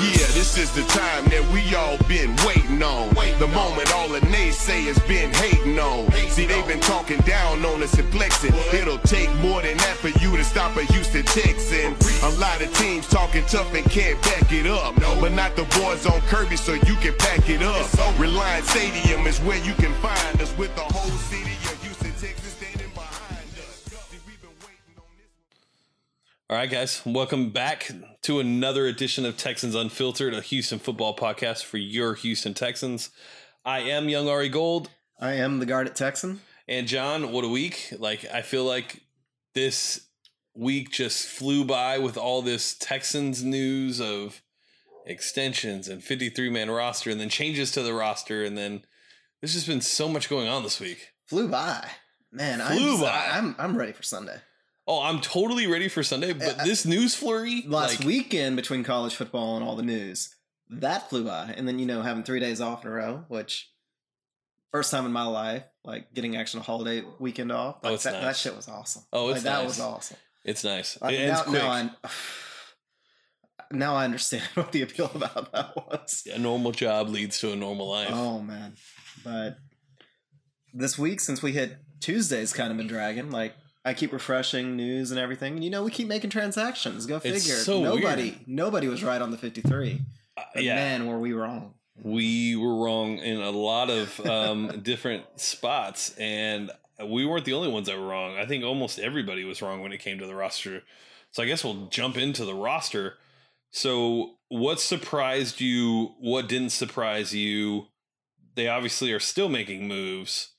is the time that we all been waiting on. The moment all the naysayers been hating on. See, they've been talking down on us and flexing. It'll take more than that for you to stop a Houston Texan. A lot of teams talking tough and can't back it up. But not the boys on Kirby, so you can pack it up. Reliant Stadium is where you can find us with the whole city of Houston, Texas standing behind us. See, we've been waiting on this. All right, guys, welcome back to another edition of Texans Unfiltered, a Houston football podcast for your Houston Texans. I am Young Ari Gold, I am the guard at Texan. and John. What a week! Like I feel like this week just flew by with all this Texans news of extensions and fifty-three man roster, and then changes to the roster, and then there's just been so much going on this week. Flew by. Man, Flew I'm, by. I'm I'm ready for Sunday. Oh, I'm totally ready for Sunday, but Uh, this news flurry Last like, weekend between college football and all the news, that flew by. And then, you know, having three days off in a row, which first time in my life, like getting actual holiday weekend off. Oh, like, it's that, that nice. shit was awesome. Oh, it's like, that nice. was awesome. It's nice. Like, it ends quick. now I now I understand what the appeal about that was. a normal job leads to a normal life. Oh man. But this week since we hit Tuesday's kind of been dragging, like I keep refreshing news and everything. And you know, we keep making transactions. Go figure. so nobody weird. nobody was right on the fifty three. Uh, But yeah, man, were we wrong. we were wrong in a lot of um, different spots, and we weren't the only ones that were wrong. I think almost everybody was wrong when it came to the roster. So I guess we'll jump into the roster. So, what surprised you? What didn't surprise you? They obviously are still making moves.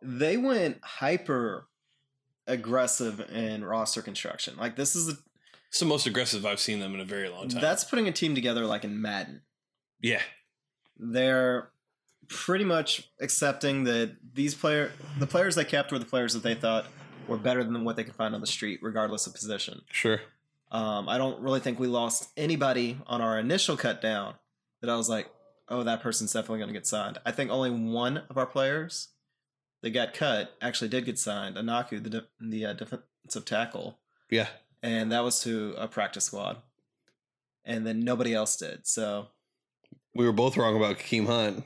They went hyper aggressive in roster construction. Like this is a, It's the most aggressive I've seen them in a very long time. that's putting a team together like in Madden. yeah, they're pretty much accepting that these player the players they kept were the players that they thought were better than what they could find on the street, regardless of position. sure. Um, I don't really think we lost anybody on our initial cut down that I was like, oh, that person's definitely going to get signed. I think only one of our players that got cut actually did get signed, Anaku, the de- the uh, defensive tackle Yeah, and that was to a practice squad, and then nobody else did. So, we were both wrong about Kakeem Hunt.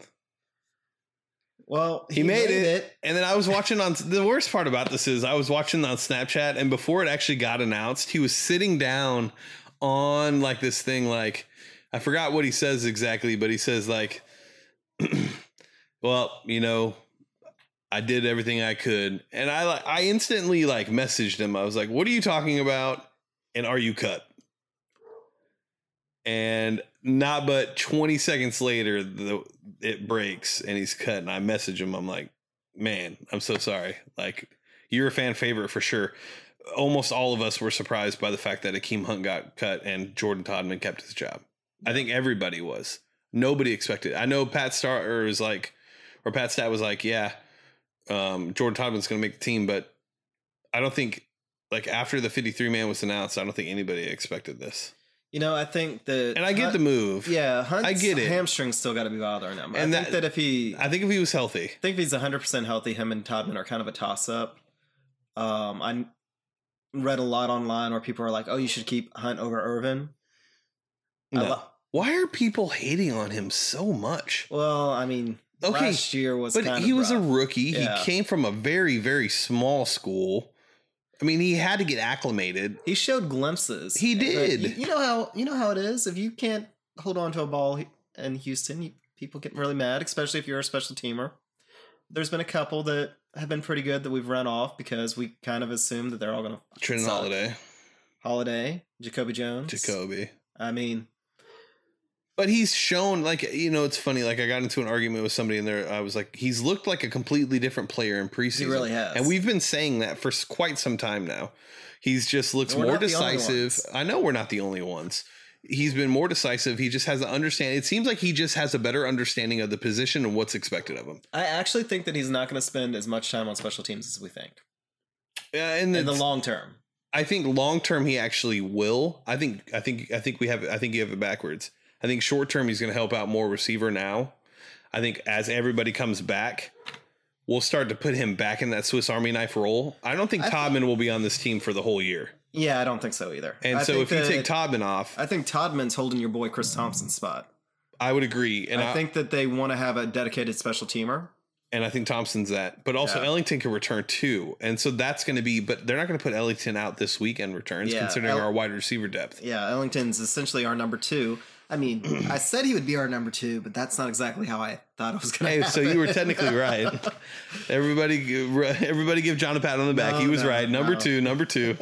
well, He made it. And then I was watching on the worst part about this is I was watching on Snapchat and before it actually got announced, he was sitting down on like this thing like I forgot what he says exactly, but he says like well, you know, I did everything I could. And I like I instantly like messaged him. I was like, "What are you talking about? And are you cut?" And not but 20 seconds later the it breaks and he's cut and I message him. I'm like, "Man, I'm so sorry. Like you're a fan favorite for sure." Almost all of us were surprised by the fact that Akeem Hunt got cut and Jordan Todman kept his job. I think everybody was. Nobody expected. I know Pat Star was like, or Pat Stat was like, yeah, um, Jordan Todman's going to make the team, but I don't think like after the 53 man was announced, I don't think anybody expected this. You know, I think that, And I get Hunt- the move. Yeah, Hunt's I get it. hamstring's still got to be bothering him. And I think that- that, if he, I I think if he was healthy, think if he's 100 percent healthy, him and Todman are kind of a toss up. Um, I n- read a lot online where people are like, "Oh, you should keep Hunt over Irvin." I no. lo- why are people hating on him so much? well, I mean, Okay, last year was, But kind he of was a rough. rookie. Yeah. He came from a very, very small school. I mean, he had to get acclimated. he showed glimpses. He but did. You, you know how you know how it is. If you can't hold on to a ball he- in Houston, you, people get really mad, especially if you're a special teamer. There's been a couple that have been pretty good that we've run off because we kind of assumed that they're all going to Trenton Solid. Holiday, Holiday, Jacoby Jones. Jacoby. I mean, But he's shown like you know it's funny like I got into an argument with somebody and there I was like he's looked like a completely different player in preseason. he really has. And we've been saying that for s- quite some time now. He's just looks And we're more not the only decisive. ones. I know we're not the only ones. He's been more decisive. He just has an understanding. It seems like he just has a better understanding of the position and what's expected of him. I actually think that he's not going to spend as much time on special teams as we think Yeah, and in the it's- long term. I think long term he actually will. I think I think I think we have I think you have it backwards. I think short term he's going to help out more receiver now. I think as everybody comes back, we'll start to put him back in that Swiss Army knife role. I don't think I Todman will be on this team for the whole year. Yeah, I don't think so either. And I so think if you that- take Todman off, I, I think Todman's holding your boy Chris Thompson's spot. would agree. And I, I, think think that they want to have a dedicated special teamer. and I think Thompson's that. But also Yeah. Ellington can return too. And so that's going to be. But they're not going to put Ellington out this weekend returns Yeah, considering El- our wide receiver depth. Yeah, Ellington's essentially our number two. I mean, I said he would be our number two, but that's not exactly how I thought it was going to Hey, happen. so you were technically right. Everybody, give- everybody, give John a pat on the back. No, he was no, right. Number no. two, number two.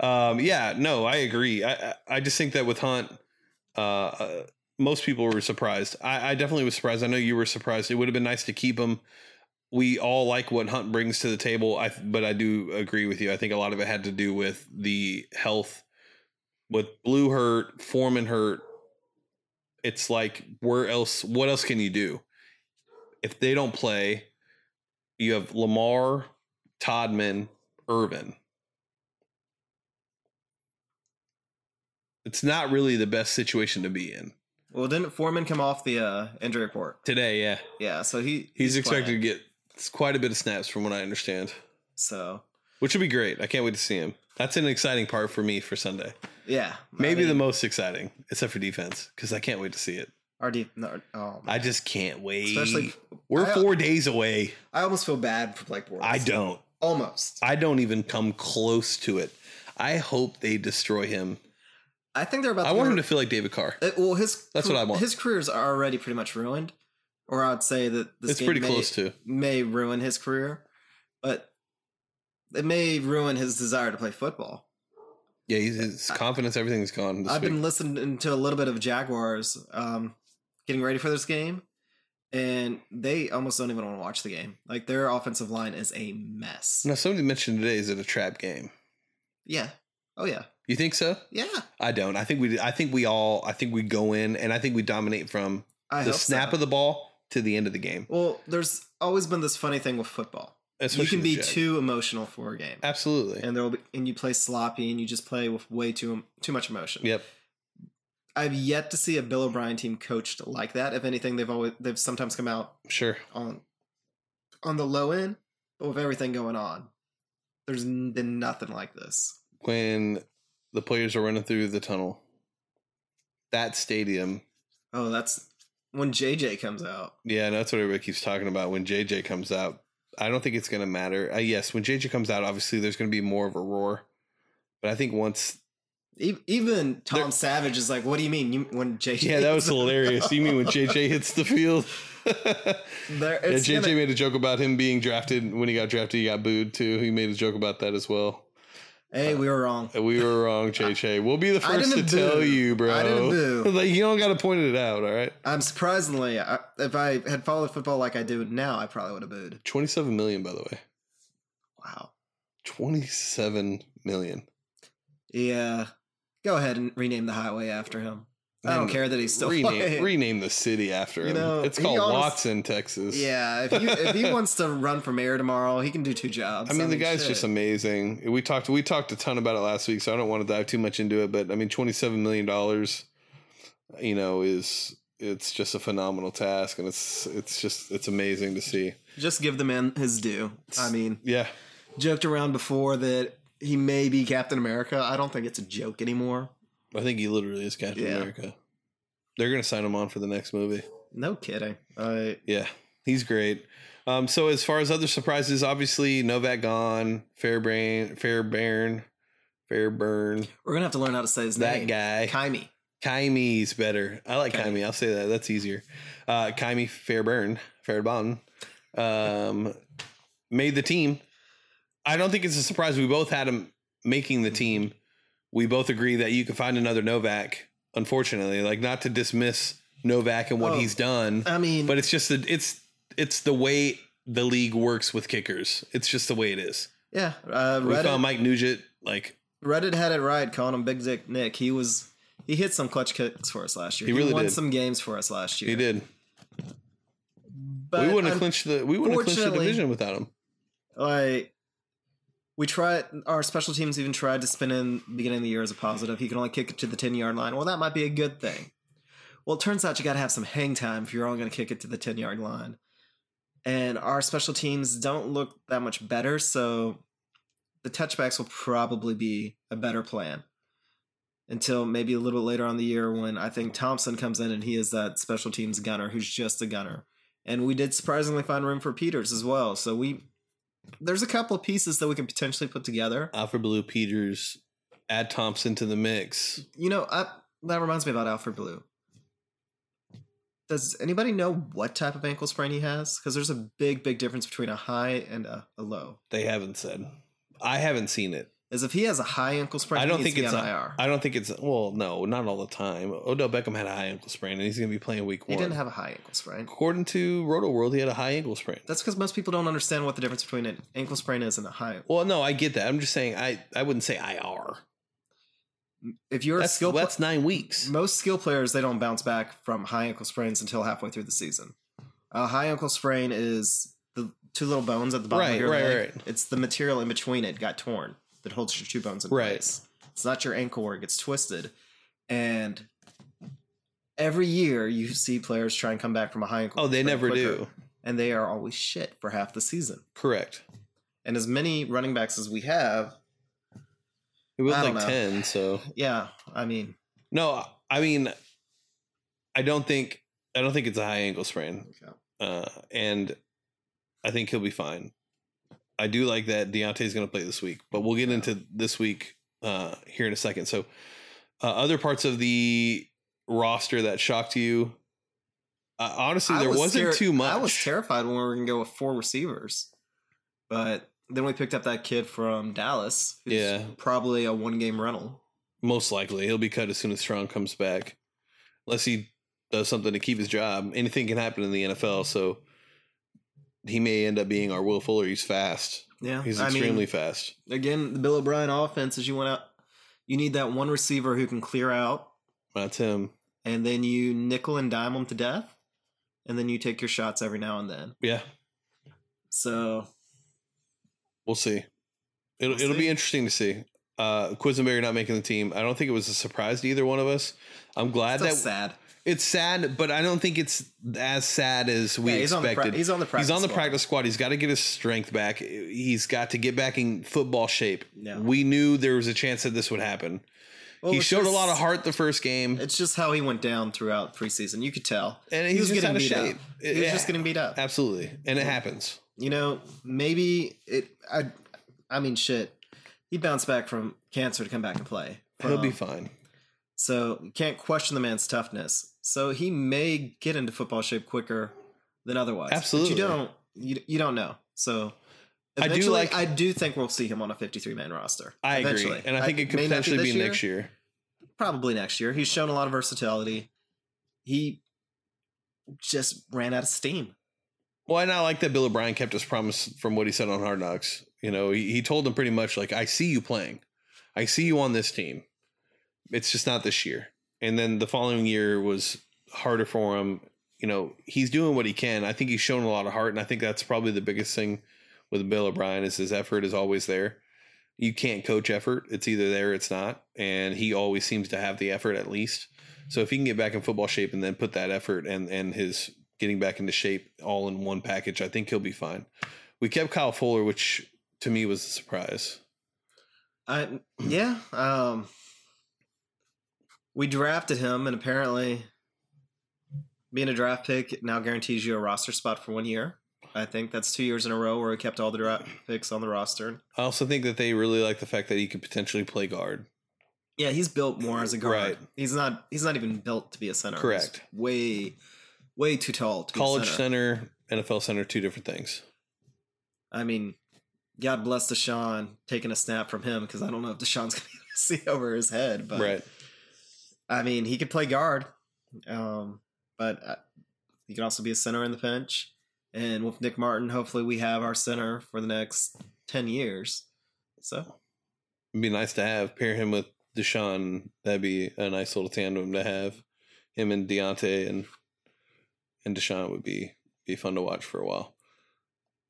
um, yeah, no, I agree. I, I- I just think that with Hunt, uh, uh, most people were surprised. I, I definitely was surprised. I know you were surprised. It would have been nice to keep him. We all like what Hunt brings to the table. I, but I do agree with you. I think a lot of it had to do with the health, with Blue hurt, Foreman hurt. It's like where else? What else can you do? If they don't play, you have Lamar, Todman, Irvin. It's not really the best situation to be in well, didn't Foreman come off the uh, injury report? today. Yeah, Yeah, so he he's, expected playing. to get s- quite a bit of snaps, from what I understand, So which would be great. I can't wait to see him. That's an exciting part for me for Sunday. yeah, Maybe I the mean, most exciting, except for defense, because I can't wait to see it. our deep. No, oh, man. I just can't wait. especially We're I- four days away. I almost feel bad for Blake Bortles. I don't. almost. I don't even come close to it. I hope they destroy him. I think they're about. I want him to feel like David Carr. Uh, well, his That's what I want. His career's already pretty much ruined, or I'd say that this It's game pretty may, close to. may ruin his career, but it may ruin his desire to play football. Yeah, he's, his confidence, everything's gone. This I've week. been listening to a little bit of Jaguars um, getting ready for this game, and they almost don't even want to watch the game. Like their offensive line is a mess. now, somebody mentioned today is it a trap game? Yeah. Oh yeah. You think so? Yeah. I don't. I think we. I think we all. I think we go in and I think we dominate from I the hope snap so. of the ball to the end of the game. Well, there's always been this funny thing with football. Especially you can the be Jag. too emotional for a game. Absolutely. and there will be and you play sloppy and you just play with way too too much emotion. yep. I've yet to see a Bill O'Brien team coached like that. If anything, they've always they've sometimes come out Sure. on on the low end, but with everything going on, there's n- been nothing like this. When the players are running through the tunnel, that stadium. Oh, that's when JJ comes out. Yeah, and that's what everybody keeps talking about. When JJ comes out, I don't think it's going to matter. Uh, yes, when JJ comes out, obviously there's going to be more of a roar. But I think once E- Even Tom There- Savage is like, "What do you mean? You, when JJ?" Yeah, that was comes out?" hilarious. You mean when JJ hits the field? There, yeah, it's JJ gonna- made a joke about him being drafted. When he got drafted, he got booed too. He made a joke about that as well. hey, we were wrong. And We were wrong, JJ. We'll be the I first to didn't tell boo. you, bro. I didn't boo. like you don't got to point it out. All right, I'm surprisingly, I, if I had followed football like I do now, I probably would have booed. twenty-seven million, by the way. Wow. Twenty-seven million. Yeah. uh, Go ahead and rename the highway after him. I don't Man, care that he's still rename, playing. rename the city after You him. know, it's he called honest- Watson, Texas. Yeah, if, you, if he wants to run for mayor tomorrow, he can do two jobs. I mean, the guy's just shit. amazing. We talked we talked a ton about it last week, so I don't want to dive too much into it. But I mean, twenty seven million dollars, you know, is it's just a phenomenal task, and it's it's just it's amazing to see. just give the man his due. I mean, Yeah, joked around before that he may be Captain America. I don't think it's a joke anymore. I think he literally is Captain Yeah. America. They're gonna sign him on for the next movie. No kidding. I Yeah, he's great. Um, so as far as other surprises, obviously Novak gone, Fairbairn, Fairbairn, Fairburn, we're gonna have to learn how to say his that name. guy. Kaimi. Kymie's better. I like Kymie. Kymie. I'll say that. That's easier. Uh, Kymie Fairburn, Fairbairn, um, made the team. I don't think it's a surprise. We both had him making the team. We both agree that you can find another Novak. Unfortunately, like not to dismiss Novak and what Oh. he's done, I mean, but it's just the it's it's the way the league works with kickers. It's just the way it is. yeah. Uh, We Reddit, found Mike Nugent. Like Reddit had it right calling him Big Dick Nick. He was he hit some clutch kicks for us last year. He really won did. some games for us last year. he did. But we wouldn't have un- clinched the we wouldn't have clinched the unfortunately- division without him. Like we tried our special teams even tried to spin in beginning of the year as a positive. He can only kick it to the ten yard line. Well, that might be a good thing. Well, it turns out you got to have some hang time if you're only going to kick it to the ten yard line. And our special teams don't look that much better, so the touchbacks will probably be a better plan until maybe a little bit later on the year when I think Thompson comes in and he is that special teams gunner who's just a gunner. And we did surprisingly find room for Peters as well. So we there's a couple of pieces that we can potentially put together. Alfred Blue Peters, add Thompson to the mix. You know, I, that reminds me about Alfred Blue. Does anybody know what type of ankle sprain he has? Because there's a big, big difference between a high and a, a low. They haven't said. I haven't seen it. As if he has a high ankle sprain, I don't think it's an a- IR. I don't think it's well, no, not all the time. Odell Beckham had a high ankle sprain, and he's going to be playing week he one. didn't have a high ankle sprain. According to Roto World, he had a high ankle sprain. That's because most people don't understand what the difference between an ankle sprain is and a high. well, no, I get that. I'm just saying, I I wouldn't say IR. If you're That's a skill, Mm, pla- that's nine weeks. most skill players they don't bounce back from high ankle sprains until halfway through the season. A high ankle sprain is the two little bones at the bottom Right, of your right, leg. right. It's the material in between it got torn that holds your two bones in Right. place. It's not your ankle where it gets twisted. And every year you see players try and come back from a high ankle. Oh, they sprain never quicker, do. and they are always shit for half the season. Correct. And as many running backs as we have, It was I like don't know. ten. So yeah, I mean, no, I mean, I don't think I don't think it's a high ankle sprain. uh, and I think he'll be fine. I do like that Deontay's going to play this week, but we'll get into this week uh, here in a second. So, uh, other parts of the roster that shocked you, uh, honestly, I there was was not ter- too much. I was terrified when we were going to go with four receivers, but then we picked up that kid from Dallas. Yeah. probably a one-game rental. Most likely, he'll be cut as soon as Strong comes back, unless he does something to keep his job. Anything can happen in the Mm-hmm. NFL, so he may end up being our Will Fuller. He's fast. Yeah, He's I mean, extremely fast. again the Bill O'Brien offense is you went out, you need that one receiver who can clear out, That's him. and then you nickel and dime them to death, and then you take your shots every now and then. Yeah. So We'll see. It'll We'll it'll see. be interesting to see. Uh Quisenberry not making the team. I don't think it was a surprise to either one of us. I'm glad that's that sad. it's sad, but I don't think it's as sad as we Yeah, he's on the expected. pra- he's on the practice. He's on the squad. practice squad. He's got to get his strength back. He's got to get back in football shape. Yeah. We knew there was a chance that this would happen. Well, he it's showed a just- lot of heart the first game, It's just how he went down throughout preseason. You could tell. and he he's was just getting out of beat shape. up. He was Yeah, just getting beat up. absolutely, and it happens. you know, maybe it. I, I mean, shit. He bounced back from cancer to come back and play. He'll be Um, fine. So you can't question the man's toughness. So he may get into football shape quicker than otherwise. But Absolutely. you don't. You, you don't know. So. I do eventually, like- I do think we'll see him on a 53 man roster. I agree, Eventually. and I think it could may not potentially be, this next year. Probably next year. He's shown a lot of versatility. He just ran out of steam. Well, and I like that Bill O'Brien kept his promise from what he said on Hard Knocks. You know, he, he told them pretty much like, "I see you playing, I see you on this team. It's just not this year." And then the following year was harder for him. You know, he's doing what he can. I think he's shown a lot of heart, and I think that's probably the biggest thing with Bill O'Brien is his effort is always there. You can't coach effort; it's either there, or it's not, and he always seems to have the effort at least. So if he can get back in football shape and then put that effort and and his getting back into shape all in one package, I think he'll be fine. We kept Kyle Fuller, which to me was a surprise. I yeah. Um, we drafted him, and apparently, being a draft pick now guarantees you a roster spot for one year. I think that's two years in a row where we kept all the draft picks on the roster. I also think that they really like the fact that he could potentially play guard. Yeah, he's built more as a guard. Right. He's not. He's not even built to be a center. He's Correct. way, way too tall to College be a center. center, NFL center, two different things. I mean, God bless Deshaun taking a snap from him because I don't know if Deshaun's going to see over his head, but right. I mean, he could play guard, um, but uh, he can also be a center in the pinch. And with Nick Martin, hopefully we have our center for the next 10 years. So, It'd be nice to have. Pair him with Deshaun. That'd be a nice little tandem to have. Him and Deontay and and Deshaun would be be fun to watch for a while.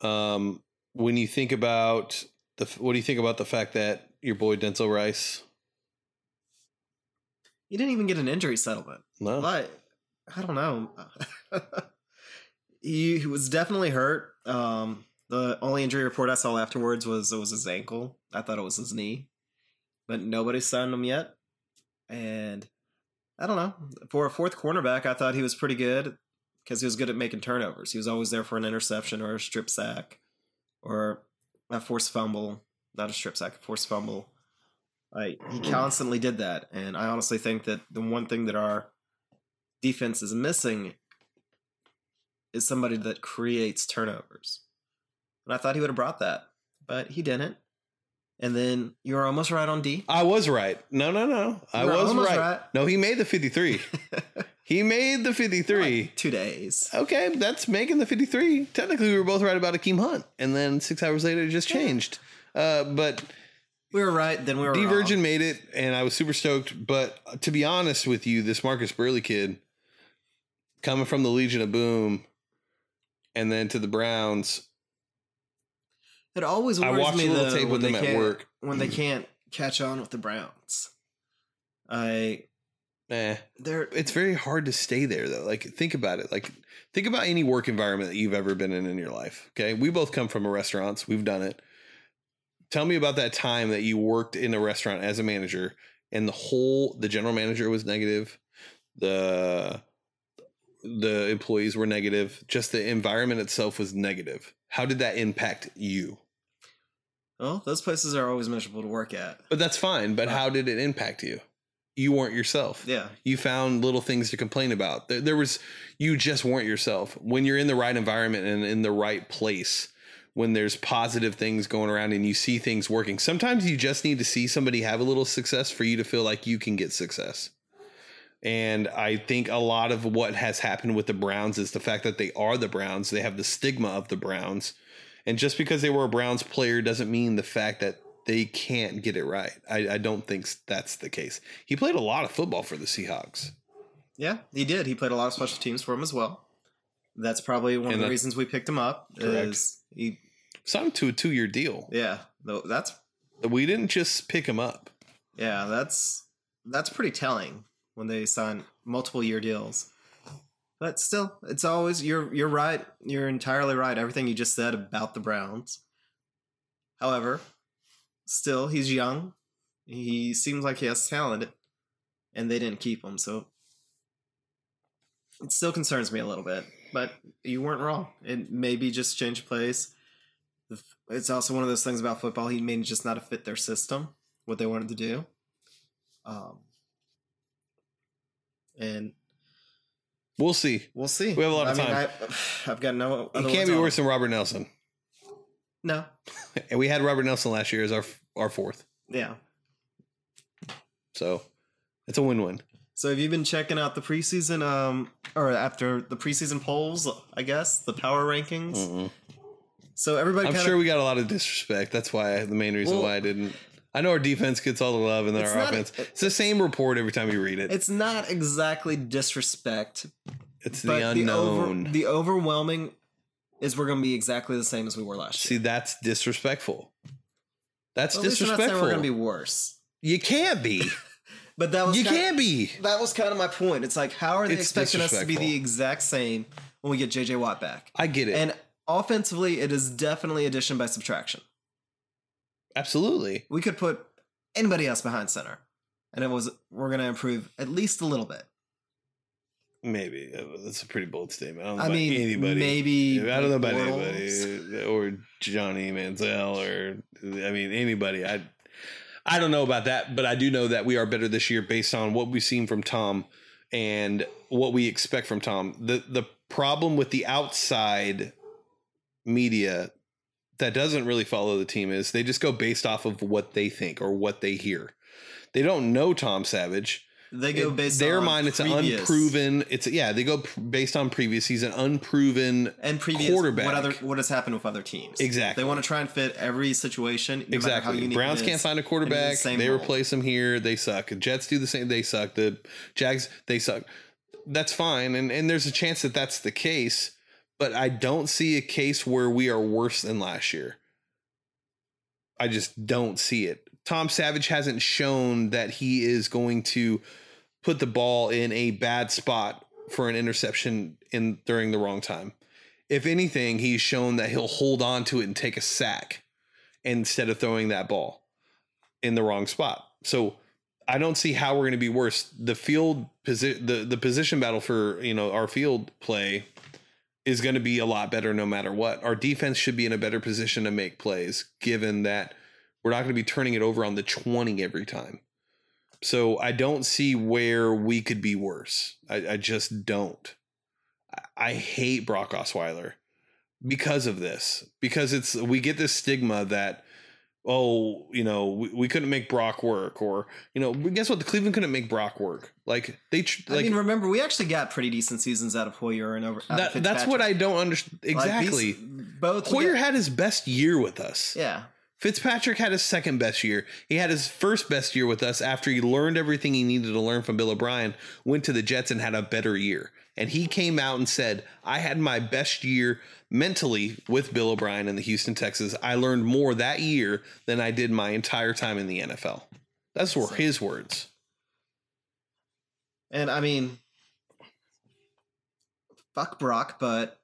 Um, when you think about the, f- what do you think about the fact that your boy Denzel Rice? he didn't even get an injury settlement. No, But I don't know. he, he was definitely hurt. Um, The only injury report I saw afterwards was it was his ankle. I thought it was his knee, but nobody's signed him yet. And I don't know. For a fourth cornerback, I thought he was pretty good because he was good at making turnovers. He was always there for an interception or a strip sack or a forced fumble, not a strip sack, a forced fumble. Like he Hmm. constantly did that, and I honestly think that the one thing that our defense is missing is somebody that creates turnovers. And I thought he would have brought that, but he didn't. And then you were almost right on D. I was right. No, no, no. I You were was almost right. right. No, he made the 53. he made the 53. Like, two days. Okay, that's making the 53. Technically, we were both right about Akeem Hunt. And then six hours later, it just changed. Uh, but We were right, then we were D Virgin wrong. made it, and I was super stoked. But to be honest with you, this Marcus Burley kid coming from the Legion of Boom and then to the Browns, It always I worries watched me a little though, tape when with they them at can't- work. when they can't catch on with the Browns. I eh. they're It's very hard to stay there, though. Like, think about it. Like, think about any work environment that you've ever been in in your life. Okay. We both come from a restaurants, we've done it. Tell me about that time that you worked in a restaurant as a manager and the whole, the general manager was negative. The, the employees were negative. Just the environment itself was negative. How did that impact you? well, those places are always miserable to work at. But that's fine. But how did it impact you? You weren't yourself Yeah. you found little things to complain about there, there was you just weren't yourself when you're in the right environment and in the right place when there's positive things going around and you see things working sometimes you just need to see somebody have a little success for you to feel like you can get success and I think a lot of what has happened with the Browns is the fact that they are the Browns. They have the stigma of the Browns. And just because they were a Browns player doesn't mean the fact that they can't get it right. I, I don't think that's the case. He played a lot of football for the Seahawks. Yeah, he did. He played a lot of special teams for him as well. That's probably one And of the that- reasons we picked him up. Correct. Is he? Signed him to a two year deal. Yeah, tho- that's We didn't just pick him up. yeah, that's that's pretty telling when they sign multiple year deals. But still, it's always you're you're right. You're entirely right. Everything you just said about the Browns. However, still he's young. He seems like he has talent, and they didn't keep him. So it still concerns me a little bit. But you weren't wrong. It maybe just change of place. It's also one of those things about football. He may just not have fit their system, what they wanted to do. Um, and We'll see. we'll see. We have a lot of I time. Mean, I, I've got no. He other can't words be on worse him. than Robert Nelson. No. And we had Robert Nelson last year as our our fourth. Yeah. So it's a win win. So have you been checking out the preseason? Um, or after the preseason polls, I guess the power rankings. So everybody, I'm kinda, sure we got a lot of disrespect. That's why I, the main reason Well- why I didn't. I know our defense gets all the love, and then It's our not- offense. it's the same report every time you read it. It's, it's not exactly disrespect, but the unknown. The, over, the overwhelming is we're going to be exactly the same as we were last See, year. that's disrespectful. That's Well, at least we're not saying disrespectful. We're going to be worse, you can't be. but that was You kinda- can't be. That was kind of my point. It's like, how are they It's expecting us to be the disrespectful. exact same when we get JJ Watt back? I get it. And offensively, it is definitely addition by subtraction. Absolutely. We could put anybody else behind center, and it was we're going to improve at least a little bit. Maybe Uh, that's a pretty bold statement. I don't know I about mean, anybody. maybe I don't know about Bortles. anybody uh, or Johnny Manziel or I mean anybody. I I don't know about that, but I do know that we are better this year based on what we've seen from Tom and what we expect from Tom. The the problem with the outside media that doesn't really follow the team is they just go based off of what they think or what they hear. They don't know Tom Savage They go it- based their on mind it's previous- unproven it's yeah they go p- based on previous he's an unproven and previous quarterback. What other what has happened with other teams? Exactly. They want to try and fit every situation. no matter how exactly unique browns it can't is. find a And quarterback it's the same they mold. replace him here they suck jets do the same they suck the jags they suck that's fine and and there's a chance that that's the case but i don't see a case where we are worse than last year i just don't see it tom savage hasn't shown that he is going to put the ball in a bad spot for an interception in during the wrong time if anything, he's shown that he'll hold on to it and take a sack instead of throwing that ball in the wrong spot. So I don't see how we're going to be worse. The field position, the, the position battle for you know our field play is going to be a lot better no matter what. Our defense should be in a better position to make plays, given that we're not going to be turning it over on the twenty every time. So I don't see where we could be worse. I, I just don't. I, I hate Brock Osweiler because of this because it's we get this stigma that oh you know we, we couldn't make brock work or you know but guess what the cleveland couldn't make brock work like they tr- I like mean, remember we actually got pretty decent seasons out of Hoyer and over. out of that, that's what i don't understand Fitzpatrick. exactly Like, these- both we hoyer got- had his best year with us yeah, Fitzpatrick had his second best year. He had his first best year with us after he learned everything he needed to learn from Bill O'Brien, went to the Jets and had a better year. And he came out and said, I had my best year mentally with Bill O'Brien in the Houston Texans. I learned more that year than I did my entire time in the NFL. That's were So- his words. and I mean, fuck Brock, but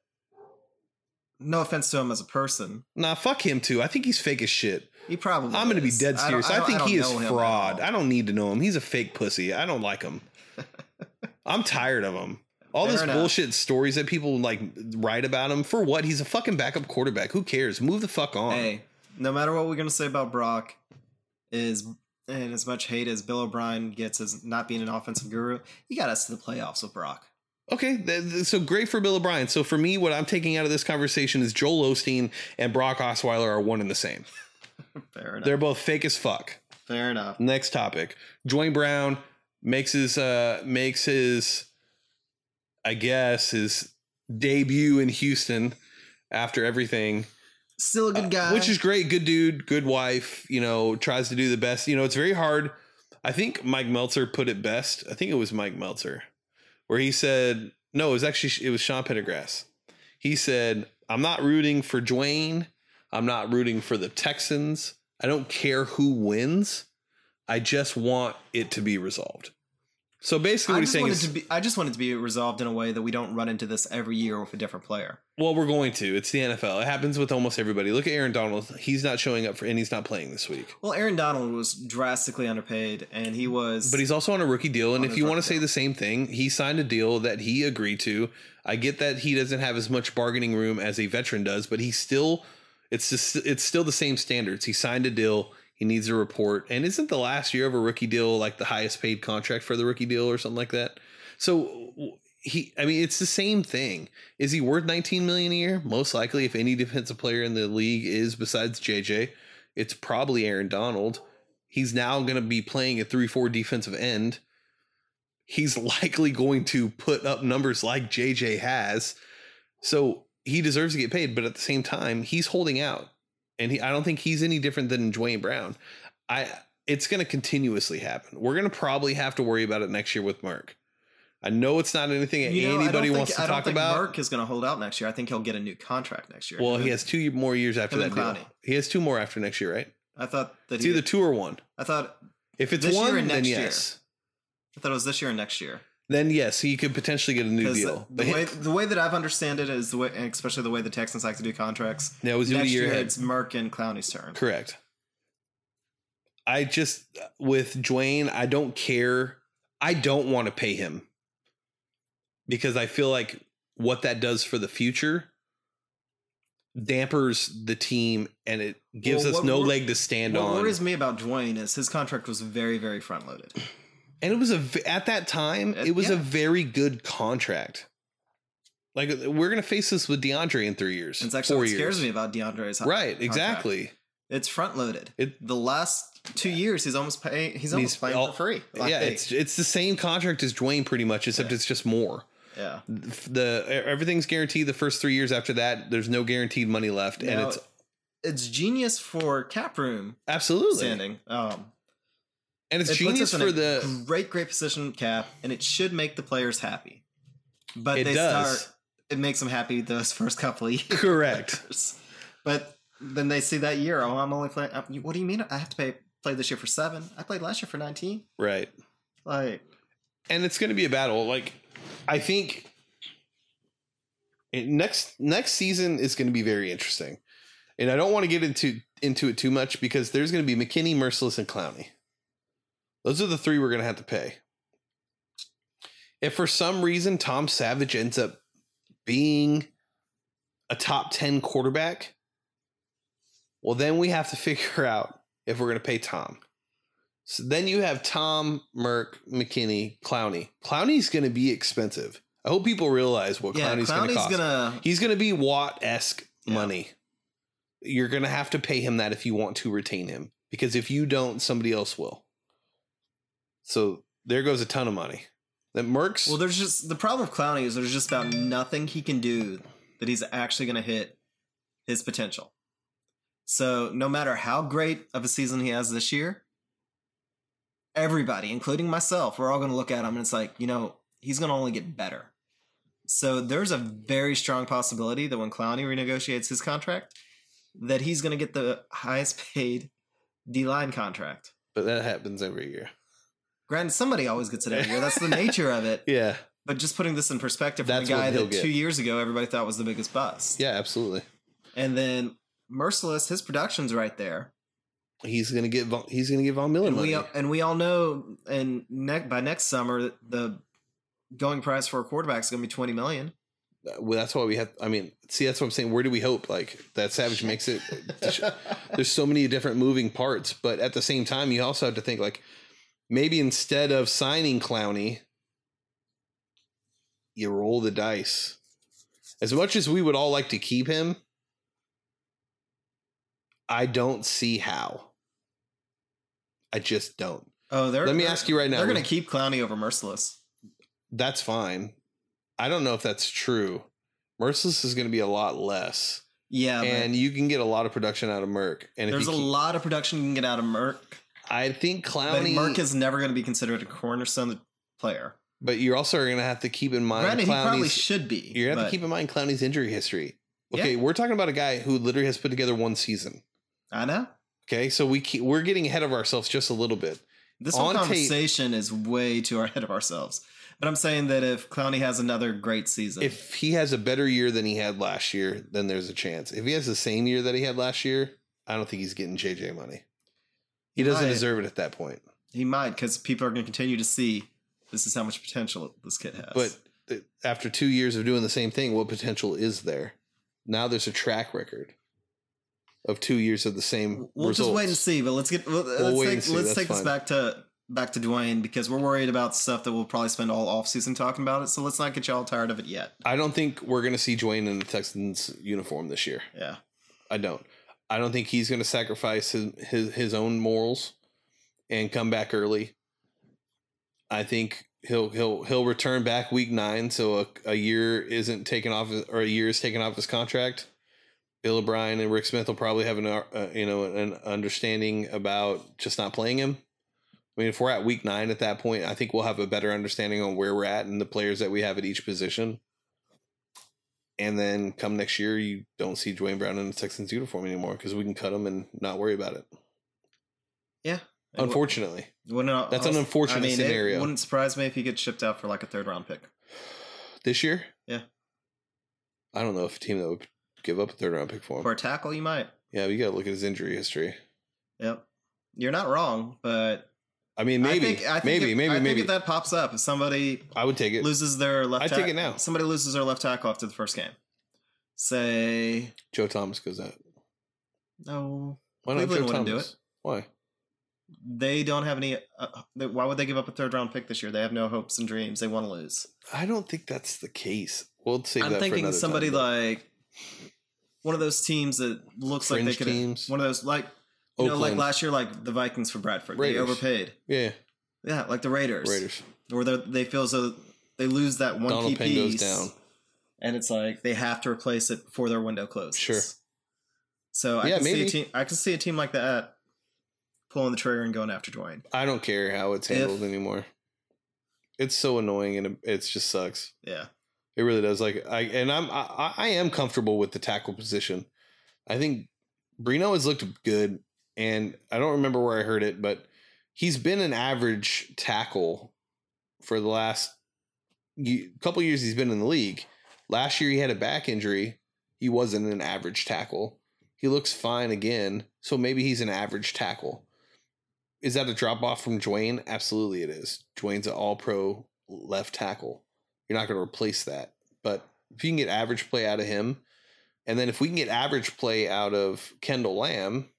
no offense to him as a person, Nah, fuck him too. I think he's fake as shit. he probably. I'm gonna be is. dead I don't- serious. I, don't- think don't he is know him at fraud. all. I don't need to know him. He's a fake pussy. I don't like him. I'm tired of him. All Fair this enough. bullshit stories that people like write about him for what? He's a fucking backup quarterback. Who cares? Move the fuck on. Hey, no matter what we're gonna say about Brock, is and as much hate as Bill O'Brien gets as not being an offensive guru, he got us to the playoffs with Brock. Okay, th- th- so great for Bill O'Brien. So for me, what I'm taking out of this conversation is Joel Osteen and Brock Osweiler are one and the same. Fair enough. They're both fake as fuck. Fair enough. Next topic. Dwayne Brown makes his uh makes his I guess his debut in Houston after everything. Still a good guy. Uh, which is great. Good dude, good wife, you know, tries to do the best. You know, it's very hard. I think Mike Meltzer put it best. I think it was Mike Meltzer where he said, no, it was actually, it was Sean Pendergrass. He said, I'm not rooting for Dwayne. I'm not rooting for the Texans. I don't care who wins. I just want it to be resolved. So basically, what I he's just saying wanted is, to be. I just wanted to be resolved in a way that we don't run into this every year with a different player. Well, we're going to. It's the NFL. It happens with almost everybody. Look at Aaron Donald. He's not showing up for, and he's not playing this week. Well, Aaron Donald was drastically underpaid, and he was. But he's also on a rookie deal, and On if his you rookie want to say deal. the same thing, he signed a deal that he agreed to. I get that he doesn't have as much bargaining room as a veteran does, but he still it's just it's still the same standards. He signed a deal, he needs a report, and isn't the last year of a rookie deal like the highest paid contract for the rookie deal or something like that? So w- he I mean it's the same thing. Is he worth 19 million a year? Most likely if any defensive player in the league is besides JJ, it's probably Aaron Donald. He's now going to be playing a 3-4 defensive end. He's likely going to put up numbers like JJ has. So he deserves to get paid, but at the same time, he's holding out. And he, I don't think he's any different than Dwayne Brown. I it's going to continuously happen. We're going to probably have to worry about it next year with Mark. I know it's not anything that You know, I don't anybody think- wants to I don't talk think about. Mark is going to hold out next year. I think he'll get a new contract next year. well, he has two more years after Him that and deal. Clowney. He has two more after next year, right? I thought that It's he. either two or one. I thought If it's This year one, and then next year. yes. I thought it was this year and next year. then yes, he could potentially get a new 'Cause deal. The, But way, the way that I've understood it is the way, and especially the way the Texans like to do contracts. that was a Next year year, ahead. it's Merck and Clowney's turn. Correct. I just with Dwayne, I don't care. I don't want to pay him because I feel like what that does for the future dampers the team and it gives Well, us what no wor- leg to stand what on. worries me about Dwayne is his contract was very, very front loaded. And it was a v- at that time, Uh, it was a yeah. very good contract. Like we're gonna face this with DeAndre in three years. It's four actually what years. scares me about DeAndre's. Right, contract. exactly. It's front loaded. It- The last two years, he's almost paying. He's almost playing all- for free. yeah, Like, it's it's the same contract as Dwayne pretty much, except Yeah. it's just more. yeah. The e, everything's guaranteed the first three years. After that, there's no guaranteed money left, and Now, it's it's genius for cap room absolutely standing. Um, and it's it puts genius us in for a the great, great position cap, and it should make the players happy. But It they does. start. It makes them happy those first couple of years. correct. But then they see that year. Oh, I'm only playing. uh, What do you mean? I have to pay play this year for seven. I played last year for nineteen. Right, Like and it's going to be a battle. Like I think it, next next season is going to be very interesting, and I don't want to get into into it too much because there's going to be McKinney, Merciless, and Clowney. Those are the three we're going to have to pay. If for some reason Tom Savage ends up being a top ten quarterback, well then we have to figure out if we're going to pay Tom. So then you have Tom, Merck, McKinney, Clowney. Clowney's going to be expensive. I hope people realize what Yeah, Clowney's, going to Clowney's cost. gonna. He's going to be Watt esque Yeah. money. You're going to have to pay him that if you want to retain him, because if you don't, somebody else will. So there goes a ton of money. That Merck's. Well, there's just the problem with Clowney is there's just about nothing he can do that he's actually going to hit his potential. So no matter how great of a season he has this year, everybody, including myself, we're all going to look at him and it's like, you know, he's going to only get better. So there's a very strong possibility that when Clowney renegotiates his contract, that he's going to get the highest paid D line contract. but that happens every year. Granted, somebody always gets it every year. That's the nature of it. Yeah. But just putting this in perspective, from That's the guy what he'll that get. two years ago everybody thought was the biggest bust, Yeah, absolutely. and then Merciless, his production's right there, He's going to get Von, he's going to get Von Miller and money. we and we all know, and ne- by next summer the going price for a quarterback is going to be twenty million. well, that's why we have. I mean, see, that's what I'm saying. Where do we hope? Like that Savage makes it. There's so many different moving parts, but at the same time, you also have to think like maybe instead of signing Clowney, you roll the dice. As much as we would all like to keep him, I don't see how. I just don't. oh, they're Let me they're- ask you right now. They're going to keep Clowney over Merciless. That's fine. I don't know if that's true. Merciless is going to be a lot less Yeah, and you can get a lot of production out of Merc. but And there's if a you keep- lot of production you can get out of Merc, I think but Clowney, Merc but, is never going to be considered a cornerstone player. you're also going to have to keep in mind Granted, he probably Clowney's. should be. you're going to have but to keep in mind Clowney's injury history. Yeah. Okay, we're talking about a guy who literally has put together one season. I know. Okay, so we keep, we're getting ahead of ourselves just a little bit. This whole On tape- conversation is way too ahead of ourselves. But I'm saying that if Clowney has another great season, If he has a better year than he had last year, then there's a chance. If he has the same year that he had last year, I don't think he's getting JJ money. He doesn't might. deserve it at that point. he might, because people are going to continue to see this is how much potential this kid has. But th- after two years of doing the same thing, what potential is there? Now there's a track record of two years of the same we'll results. just wait and see. But let's get we'll- wait and let's see, take, let's that's take this fine. back to back to Dwayne because we're worried about stuff that we'll probably spend all off season talking about it. So let's not get y'all tired of it yet. I don't think we're going to see Dwayne in the Texans uniform this year. Yeah, I don't. I don't think he's going to sacrifice his, his his own morals and come back early. I think he'll he'll he'll return back week nine, so a, a year isn't taken off or a year is taken off his contract. Bill O'Brien and Rick Smith will probably have an ar- uh, you know an understanding about just not playing him. I mean, if we're at week nine at that point, I think we'll have a better understanding on where we're at and the players that we have at each position and then come next year, you don't see Dwayne Brown in the Texans uniform anymore because we can cut him and not worry about it. And Unfortunately, wouldn't it- That's an unfortunate it scenario. wouldn't surprise me if he gets shipped out for like a third round pick. this year, Yeah. I don't know if a team that would give up a third round pick for him. For a tackle, you might. yeah, we got to look at his injury history. Yep, you're not wrong, but I mean, maybe, I think, I think maybe, if, maybe, I think maybe. if that pops up, if somebody I would take it. loses their left, I take tack- it now. Somebody loses their left tackle after the first game. Say Joe Thomas goes out. no, Why not Cleveland Joe wouldn't Thomas? do Why? they don't have any. Uh, they- why would they give up a third round pick this year? They have no hopes and dreams. They want to lose. I don't think that's the case. We'll save that I'm for thinking another somebody time, but like one of those teams that looks like Fringe they could. teams. One of those like you know, like Oakland. last year, like the Vikings for Bradford, they Raiders. overpaid. yeah, Yeah, like the Raiders, Raiders. or they're- they feel as though they lose that one Donald key Penn goes piece. down. and it's like they have to replace it before their window closes. Sure. So I Yeah, can see maybe. a team. I can see a team like that pulling the trigger and going after Dwayne. I don't care how it's If- handled anymore. It's so annoying and it- it's just sucks. Yeah. It really does. Like I and I'm I, I am comfortable with the tackle position. I think Brino has looked good, and I don't remember where I heard it, but he's been an average tackle for the last ye- couple years. He's been in the league, Last year he had a back injury. He wasn't an average tackle. He looks fine again, so maybe he's an average tackle. Is that a drop off from Dwayne? Absolutely, it is. Dwayne's an All Pro left tackle. You're not going to replace that, but if you can get average play out of him, and then if we can get average play out of Kendall Lamb,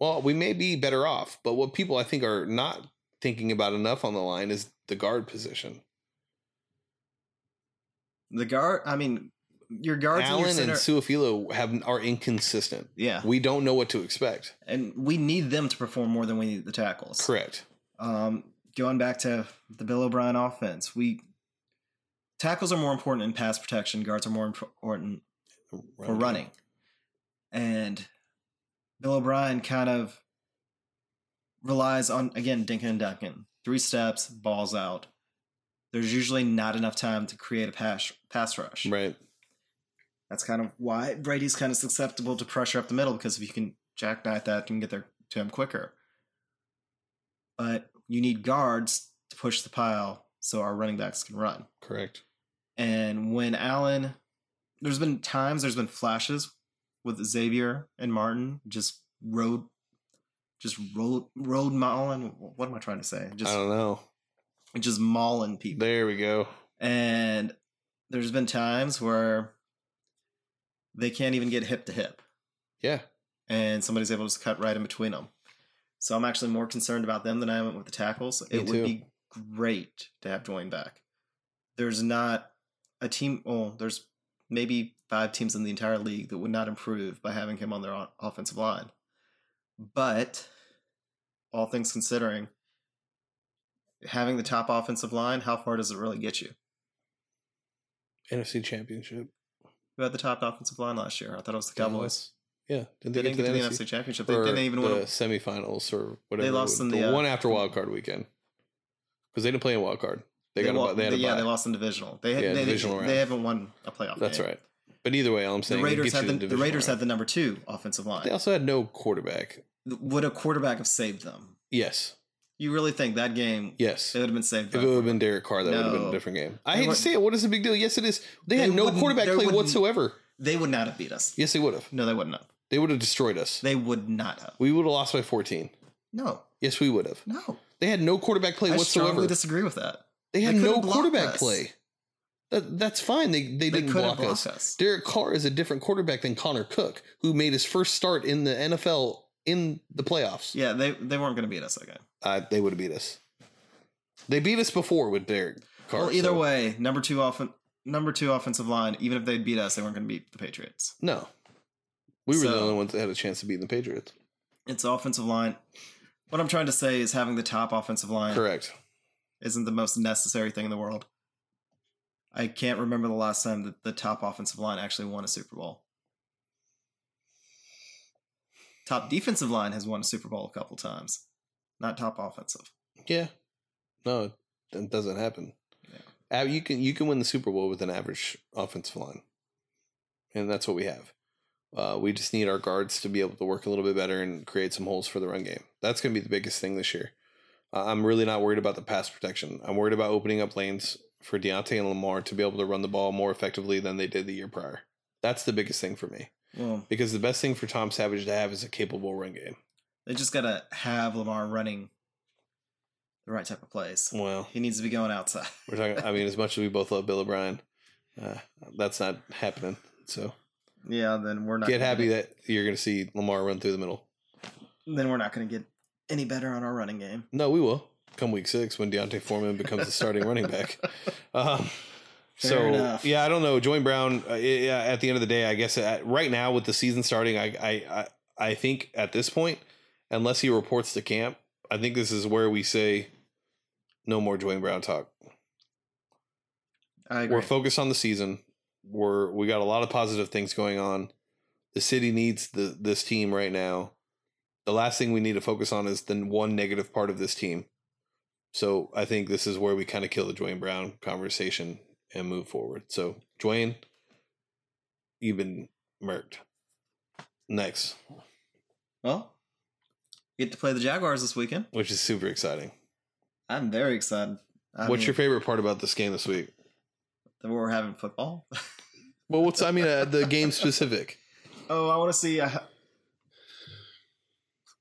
well, we may be better off. But what people I think are not thinking about enough on the line is the guard position. The guard, I mean, your guards and your Allen and center. Suafilo have are inconsistent. yeah, We don't know what to expect. and we need them to perform more than we need the tackles. Correct. Um, going back to the Bill O'Brien offense, we tackles are more important in pass protection. Guards are more important for running. And Bill O'Brien kind of relies on, again, Dinkin and Duncan. Three steps, balls out. There's usually not enough time to create a pass, pass rush. Right. That's kind of why Brady's kind of susceptible to pressure up the middle because if you can jackknife that, you can get there to him quicker. But you need guards to push the pile so our running backs can run. Correct. And when Allen, there's been times, there's been flashes with Xavier and Martin just rode, just rolled, rode mauling. What am I trying to say? I Just, don't know. just mauling people. There we go. And there's been times where they can't even get hip to hip, Yeah. and somebody's able to just cut right in between them. So I'm actually more concerned about them than I am with the tackles. Me it too. would be great to have Dwayne back. There's not a team. Well, there's maybe five teams in the entire league that would not improve by having him on their o- offensive line. But all things considering, having the top offensive line, how far does it really get you? NFC Championship. who had the top offensive line last year. I thought it was the Cowboys. Yeah. Did They, didn't get to the NFC, Championship. They didn't even the win. a- semifinals or whatever. They lost in the, the uh, one after wild card weekend because they didn't play in wild card. They, got a, wa- bu- they had a yeah, bye. they lost in divisional. They had, Yeah, they, divisional they, round. haven't won a playoff. That's game. right. But either way, all I'm saying The it Raiders gets had you the, the, the Raiders had divisional the number two offensive round. They line. also had no quarterback. Would a quarterback have saved them? Yes. You really think that game? Yes. They would have been saved. If it by- would have been Derek Carr, that would have been a No. different game. I They hate to weren't- say it. What is the big deal? Yes, it is. They, They had no wouldn't- quarterback they play wouldn't- whatsoever. They would not have beat us. Yes, they would have. No, they wouldn't have. They would have destroyed us. They would not have. We would have lost by 14. No, Yes, we would have. no. They had no quarterback play I whatsoever. strongly disagree with that. they had they couldn't no block quarterback us. play. That, that's fine. They, they, They didn't couldn't block, block us. us. Derek Carr is a different quarterback than Connor Cook, who made his first start in the NFL in the playoffs. Yeah, they they weren't going to beat us again. Uh, they would have beat us. They beat us before with Derek Carr. Well, either so- way, number two offen- number two offensive line. Even if they beat us, they weren't going to beat the Patriots. No. We were the So- only ones that had a chance to beat the Patriots. It's offensive line. What I'm trying to say is having the top offensive line Correct. isn't the most necessary thing in the world. I can't remember the last time that the top offensive line actually won a Super Bowl. Top defensive line has won a Super Bowl a couple times, not top offensive. Yeah. No, that doesn't happen. Uh, You can you can win the Super Bowl with an average offensive line, and that's what we have. Uh, we just need our guards to be able to work a little bit better and create some holes for the run game. That's going to be the biggest thing this year. Uh, I'm really not worried about the pass protection. I'm worried about opening up lanes for Deontay and Lamar to be able to run the ball more effectively than they did the year prior. That's the biggest thing for me Well, because the best thing for Tom Savage to have is a capable run game. they just gotta have Lamar running the right type of plays. Well, He needs to be going outside. We're talking. I mean, as much as we both love Bill O'Brien, uh, that's not happening. So Yeah, then we're not get happy gonna- that you're going to see Lamar run through the middle. then we're not going to get any better on our running game. No, we will come week six when Deontay Foreman becomes the starting running back. Um, so Fair enough. yeah, I don't know. Join Brown. Uh, yeah, at the end of the day, I guess uh right now with the season starting, I, I I I think at this point, unless he reports to camp, I think this is where we say no more Dwayne Brown talk. I agree. we're focused on the season. We're we got a lot of positive things going on. The city needs the this team right now. The last thing we need to focus on is the one negative part of this team. So I think this is where we kind of kill the Dwayne Brown conversation and move forward. So Dwayne, you've been murked. Next, well, get to play the Jaguars this weekend. which is super exciting. I'm very excited. I What's mean, your favorite part about this game this week? that we're having football? Well, what's I mean uh, the game specific? Oh, I want to see a.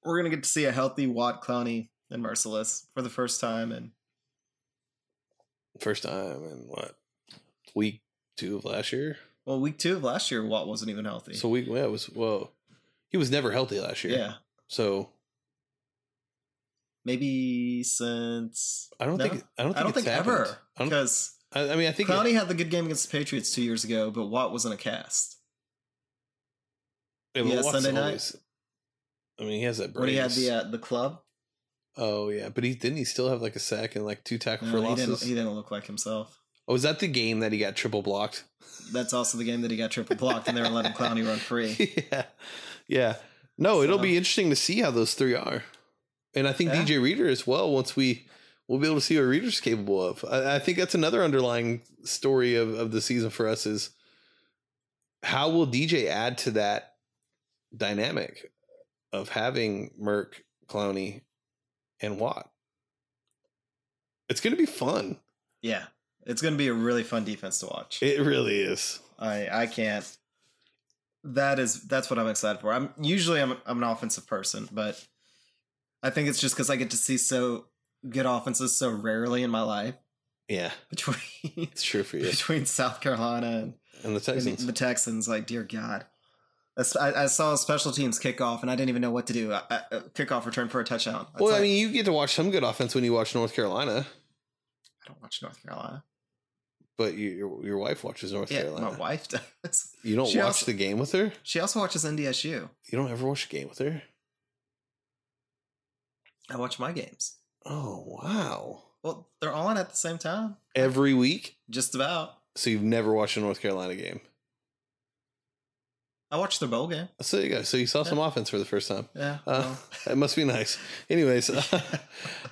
We're gonna get to see a healthy Watt Clowney and Merciless for the first time, and First time in what week two of last year? well, week two of last year, Watt wasn't even healthy. So week yeah it was whoa. He was never healthy last year. yeah, So maybe since I don't No. think I don't think, I don't it's think happened. ever I, don't, because I, I mean I think Clowney had the good game against the Patriots two years ago, but Watt wasn't a cast yeah, but yeah, Watt's uh, Sunday night. always- I mean he has that when he had brace. the uh, the club. oh yeah, but he didn't he still have like a sack and like two tackle for No, uh, he losses. didn't. He didn't look like himself. Oh, was that the game that he got triple blocked? That's also the game that he got triple blocked, and they were letting Clowney run free. yeah. Yeah. No, it'll So- be interesting to see how those three are. And I think Yeah. DJ Reader as well, once we we'll be able to see what Reader's capable of. I, I think that's another underlying story of, of the season for us is how will DJ add to that dynamic of having Merck, Clowney, and Watt? It's gonna be fun. Yeah, it's going to be a really fun defense to watch. It really is. I I can't. That is that's what I'm excited for. I'm usually I'm I'm an offensive person, but I think it's just because I get to see so good offenses so rarely in my life Yeah, between it's true for you. between South Carolina and And the and Texans. The Texans, like, dear God. That's- I, I saw a special teams kickoff and I didn't even know what to do. I, I, uh, kickoff return for a touchdown. It's well, I like, mean, you get to watch some good offense when you watch North Carolina, I don't watch North Carolina. but you, your your wife watches North Yeah, Carolina. my wife does. You don't She watch also- the game with her. She also watches NDSU. You don't ever watch a game with her. I watch my games. Oh wow! Well, they're all on at the same time, Every week, just about. so you've never watched a North Carolina game. I watched their bowl game. So you go. So you saw some offense for the first time. Yeah. Uh, well, it must be nice. Anyways,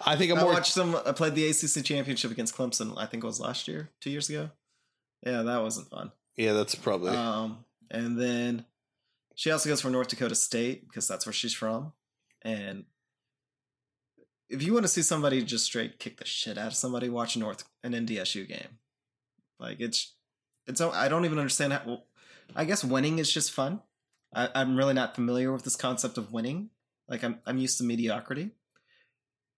I think I'm I more. watched them. I played the ACC championship against Clemson. I think it was last year, two years ago. Yeah, that wasn't fun. yeah, that's probably. Um, and then she also goes from North Dakota State because that's where she's from. And if you want to see somebody just straight kick the shit out of somebody, watch North an NDSU game. Like it's it's I don't even understand how. I guess winning is just fun. I, I'm really not familiar with this concept of winning. Like I'm I'm used to mediocrity.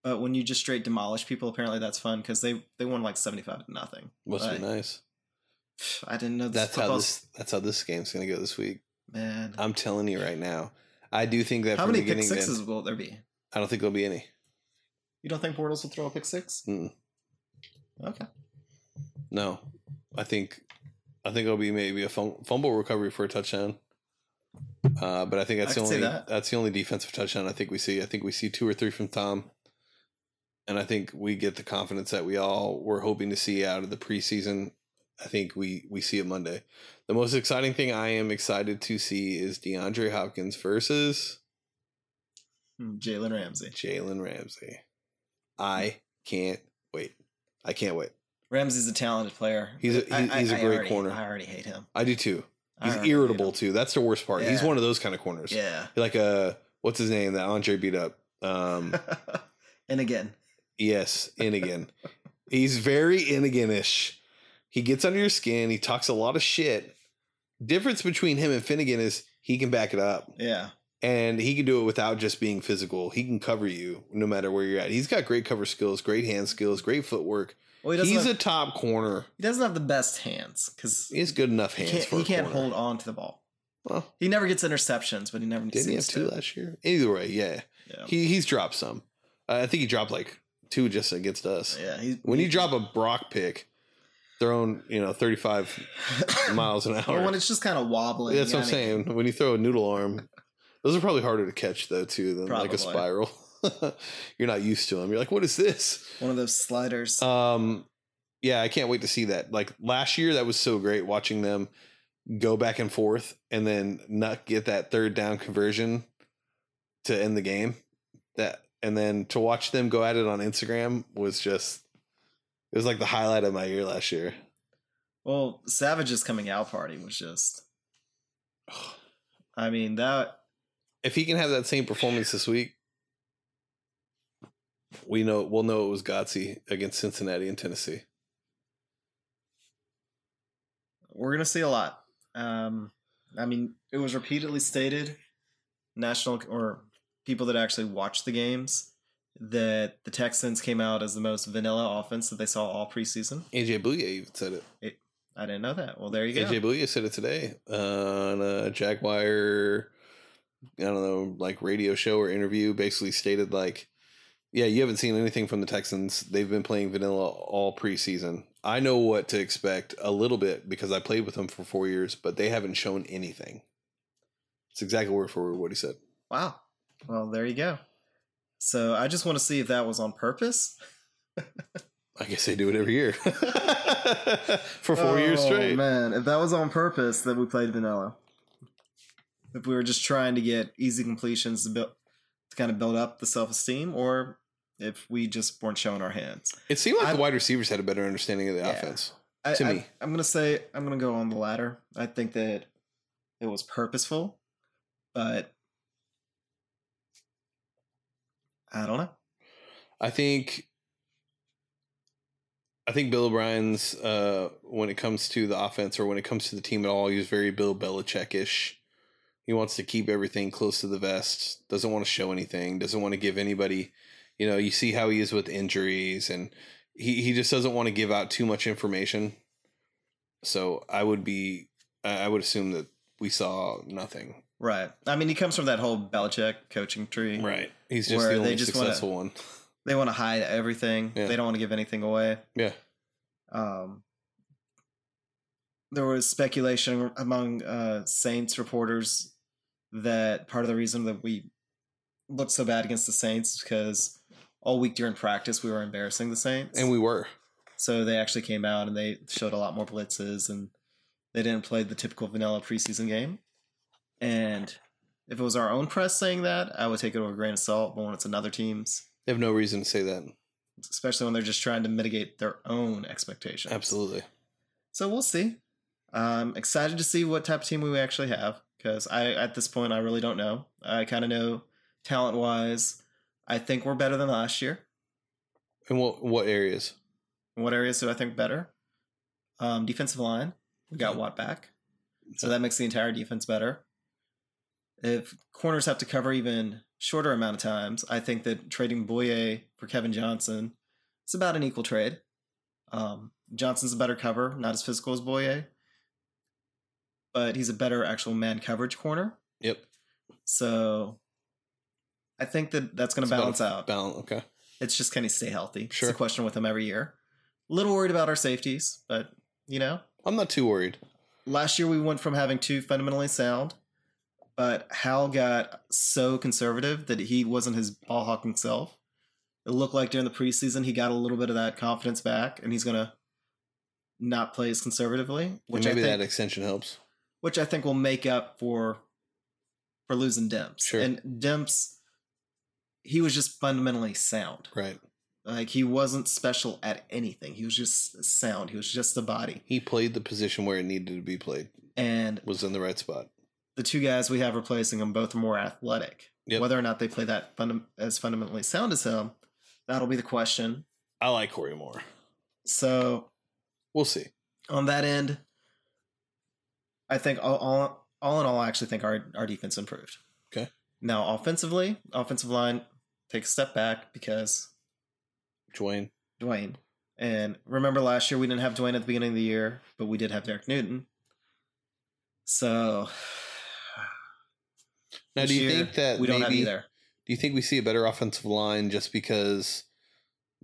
But when you just straight demolish people, apparently that's fun because they they won like seventy five to nothing. must like, be nice. I didn't know this That's how football- this. That's how this game's gonna go this week. man. I'm telling you right now. I do think that How from many pick beginning to end- sixes will there be? I don't think there'll be any. You don't think Bortles will throw a pick six? Mm. Okay. No, I think I think it'll be maybe a fum- fumble recovery for a touchdown. Uh, but I think that's I the could see only that. that's the only defensive touchdown I think we see. I think we see two or three from Tom, and I think we get the confidence that we all were hoping to see out of the preseason. I think we we see it Monday. The most exciting thing I am excited to see is DeAndre Hopkins versus Hmm, Jalen Ramsey. Jalen Ramsey. I can't wait. I can't wait. Ramsey's a talented player. He's a- I- he's- I- he's a I great already- corner. I already hate him. I do too. I He's already hate irritable him. too. That's the worst part. He's Yeah. one of those kind of corners. Yeah. Like a what's his name that Andre beat up. Um and again, yes, Innigan. He's very Innigan-ish. He gets under your skin, he talks a lot of shit. Difference between him and Finnegan is he can back it up yeah. and he can do it without just being physical. He can cover you no matter where you're at. He's got great cover skills, great hand skills, great footwork. Well, he doesn't. He's have, a top corner. he doesn't have the best hands because He has good enough he hands can't, for he a can't corner. hold on to the ball. Well, He never gets interceptions, but he never didn't he have seems two to. last year? Either way, yeah. Yeah. He he's dropped some. Uh, I think he dropped like two just against us. yeah. He, When you drop a Brock pick, thrown you know thirty five miles an Well, hour. when it's just kind of wobbling. that's what I'm I mean, saying. When you throw a noodle arm, those are probably harder to catch though too than like Probably. a spiral. You're not used to them. You're like, what is this? One of those sliders. Um, yeah, I can't wait to see that. Like last year, that was so great watching them go back and forth and then not get that third down conversion to end the game. That and then to watch them go at it on Instagram was just it was like the highlight of my year last year. Well, Savage's coming out party was just. I mean that. If he can have that same performance this week, we know we'll know it was Gotsy against Cincinnati and Tennessee. We're gonna see a lot. Um, I mean, it was repeatedly stated, national or people that actually watched the games, that the Texans came out as the most vanilla offense that they saw all preseason. AJ Bouye even said it. I didn't know that. Well, there you go. AJ Bouye said it today on a Jaguar, I don't know, like radio show or interview. Basically stated like, "Yeah, you haven't seen anything from the Texans. They've been playing vanilla all preseason. I know what to expect a little bit because I played with them for four years, but they haven't shown anything." It's exactly word for word what he said. Wow. Well, there you go. So I just want to see if that was on purpose. I guess they do it every year for four four years straight. Oh, Man, if that was on purpose, then we played vanilla. If we were just trying to get easy completions to build, to kind of build up the self esteem, or if we just weren't showing our hands. It seemed like I- the wide receivers had a better understanding of the Yeah. offense. I, To I, me. I'm gonna say I'm gonna go on the latter. I think that it was purposeful, but I don't know. I think I think Bill O'Brien's uh, when it comes to the offense or when it comes to the team at all, he's very Bill Belichick ish. He wants to keep everything close to the vest, doesn't want to show anything, doesn't want to give anybody you know, you see how he is with injuries and he, he just doesn't want to give out too much information. So I would be I I would assume that we saw nothing. Right. I mean, he comes from that whole Belichick coaching tree. Right. He's just Where the they only just wanna- successful one. They want to hide everything. Yeah. They don't want to give anything away. Yeah. Um, there was speculation among uh, Saints reporters that part of the reason that we looked so bad against the Saints is because all week during practice we were embarrassing the Saints, And we were. so they actually came out and they showed a lot more blitzes and they didn't play the typical vanilla preseason game. And if it was our own press saying that, I would take it with a grain of salt. But when it's another team's, They have no reason to say that. especially when they're just trying to mitigate their own expectations. Absolutely. So we'll see. Um, excited to see what type of team we actually have because I at this point I really don't know. I kind of know talent wise. I think we're better than last year. In what what areas? In what areas do I think better? Um, defensive line. We Mm-hmm. got Watt back, so that makes the entire defense better. If corners have to cover even shorter amount of times, I think that trading Boye for Kevin Johnson is about an equal trade. Um, Johnson's a better cover, not as physical as Boye, but he's a better actual man coverage corner. Yep. So I think that that's going It's to about balance a out. Balance. Okay. It's just can he stay healthy? Sure. It's a question with him every year. A little worried about our safeties, but you know, I'm not too worried. last year we went from having two fundamentally sound, but Hal got so conservative that he wasn't his ball hawking self. It looked like during the preseason he got a little bit of that confidence back, and he's gonna not play as conservatively, Which which I maybe think, that extension helps. which I think will make up for for losing Demps. Sure. And Demps, he was just fundamentally sound. Right. Like he wasn't special at anything. He was just sound. He was just a body. He played the position where it needed to be played. And Was in the right spot. the two guys we have replacing him both are more athletic. Yep. Whether or not they play that funda- as fundamentally sound as him, that'll be the question. I like Corey Moore. So We'll see. on that end, I think all all, all in all, I actually think our our defense improved. Okay. Now offensively, offensive line take a step back because Dwayne. Dwayne. And remember last year we didn't have Dwayne at the beginning of the year, but we did have Derek Newton. So Now, this do you year, think that we don't have maybe- either? Do you think we see a better offensive line just because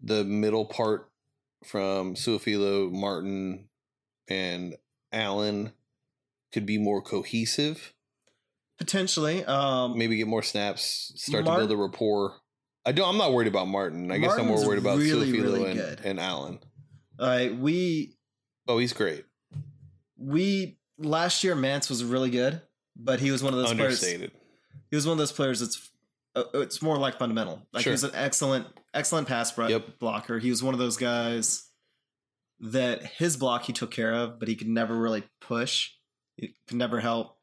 the middle part from Suafilo, Martin, and Allen could be more cohesive? Potentially. Um Maybe get more snaps, start Mar- to build a rapport. I don't. I'm not worried about Martin. I guess I'm Martin's more worried about really, Suafilo really and, good. and Allen. like, we Oh, he's great. we last year Mance was really good, but he was one of those players. Understated. He was one of those players that's uh, it's more like fundamental. Like he Sure. was an excellent excellent pass bro- Yep. blocker. He was one of those guys that his block he took care of, but he could never really push. He could never help.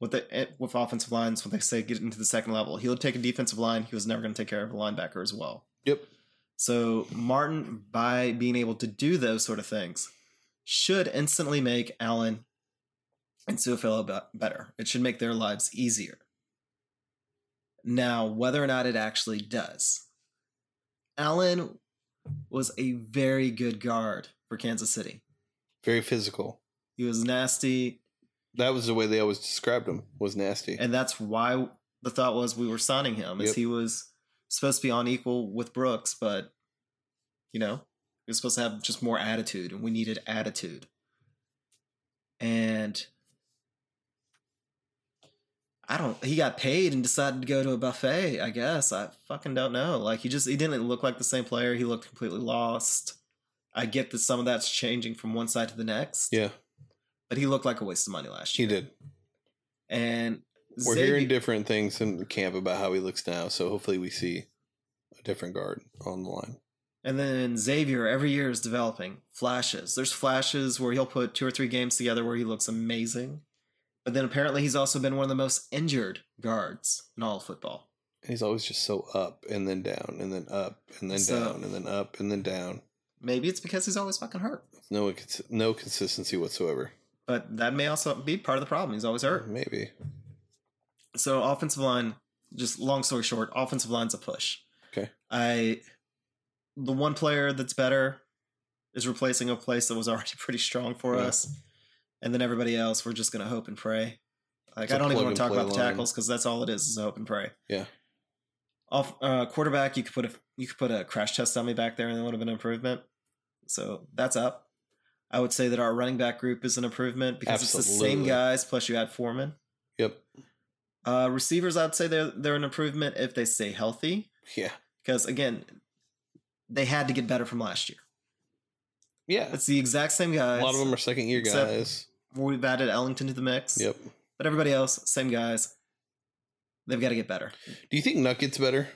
With the eh, with offensive lines, when they say get into the second level, he would take a defensive line. He was never going to take care of a linebacker as well. Yep. So Martin, by being able to do those sort of things, should instantly make Allen and Suafilo be- better. It should make their lives easier. Now, whether or not it actually does, Allen was a very good guard for Kansas City. Very physical. He was nasty, That was the way they always described him. Was nasty. and that's why the thought was we were signing him, is Yep. he was supposed to be on equal with Brooks, but you know he was supposed to have just more attitude, and we needed attitude. And I don't. He got paid and decided to go to a buffet. I guess I fucking don't know. Like he just he didn't look like the same player. He looked completely lost. I get that some of that's changing from one side to the next, yeah, but he looked like a waste of money last he year. did. And We're Xavier- hearing different things in camp about how he looks now, so hopefully we see a different guard on the line. And then Xavier every year is developing flashes. There's flashes where he'll put two or three games together where he looks amazing. But then apparently he's also been one of the most injured guards in all of football. And he's always just so up and then down and then up and then So- down and then up and then down. Maybe it's because he's always fucking hurt. No, cons- no consistency whatsoever. But that may also be part of the problem. He's always hurt. Maybe. So offensive line, just long story short, offensive line's a push. Okay. I the one player that's better is replacing a place that was already pretty strong for Yeah. us. And then everybody else, we're just gonna hope and pray. Like It's I a don't even plug want and to talk play about the line. tackles because that's all it is is hope and pray. Yeah. Off uh, quarterback, you could put a you could put a crash test dummy back there and that would have been an improvement. So that's up. I would say that our running back group is an improvement because it's the same Absolutely. guys plus you add Foreman. Yep. Uh, receivers, I'd say they're they're an improvement if they stay healthy. Yeah. Because again, they had to get better from last year. Yeah. It's the exact same A guys. lot of them are second year Except- guys. We've added Ellington to the mix. Yep. But everybody else, same guys. They've got to get better. Do you think Nuck gets better?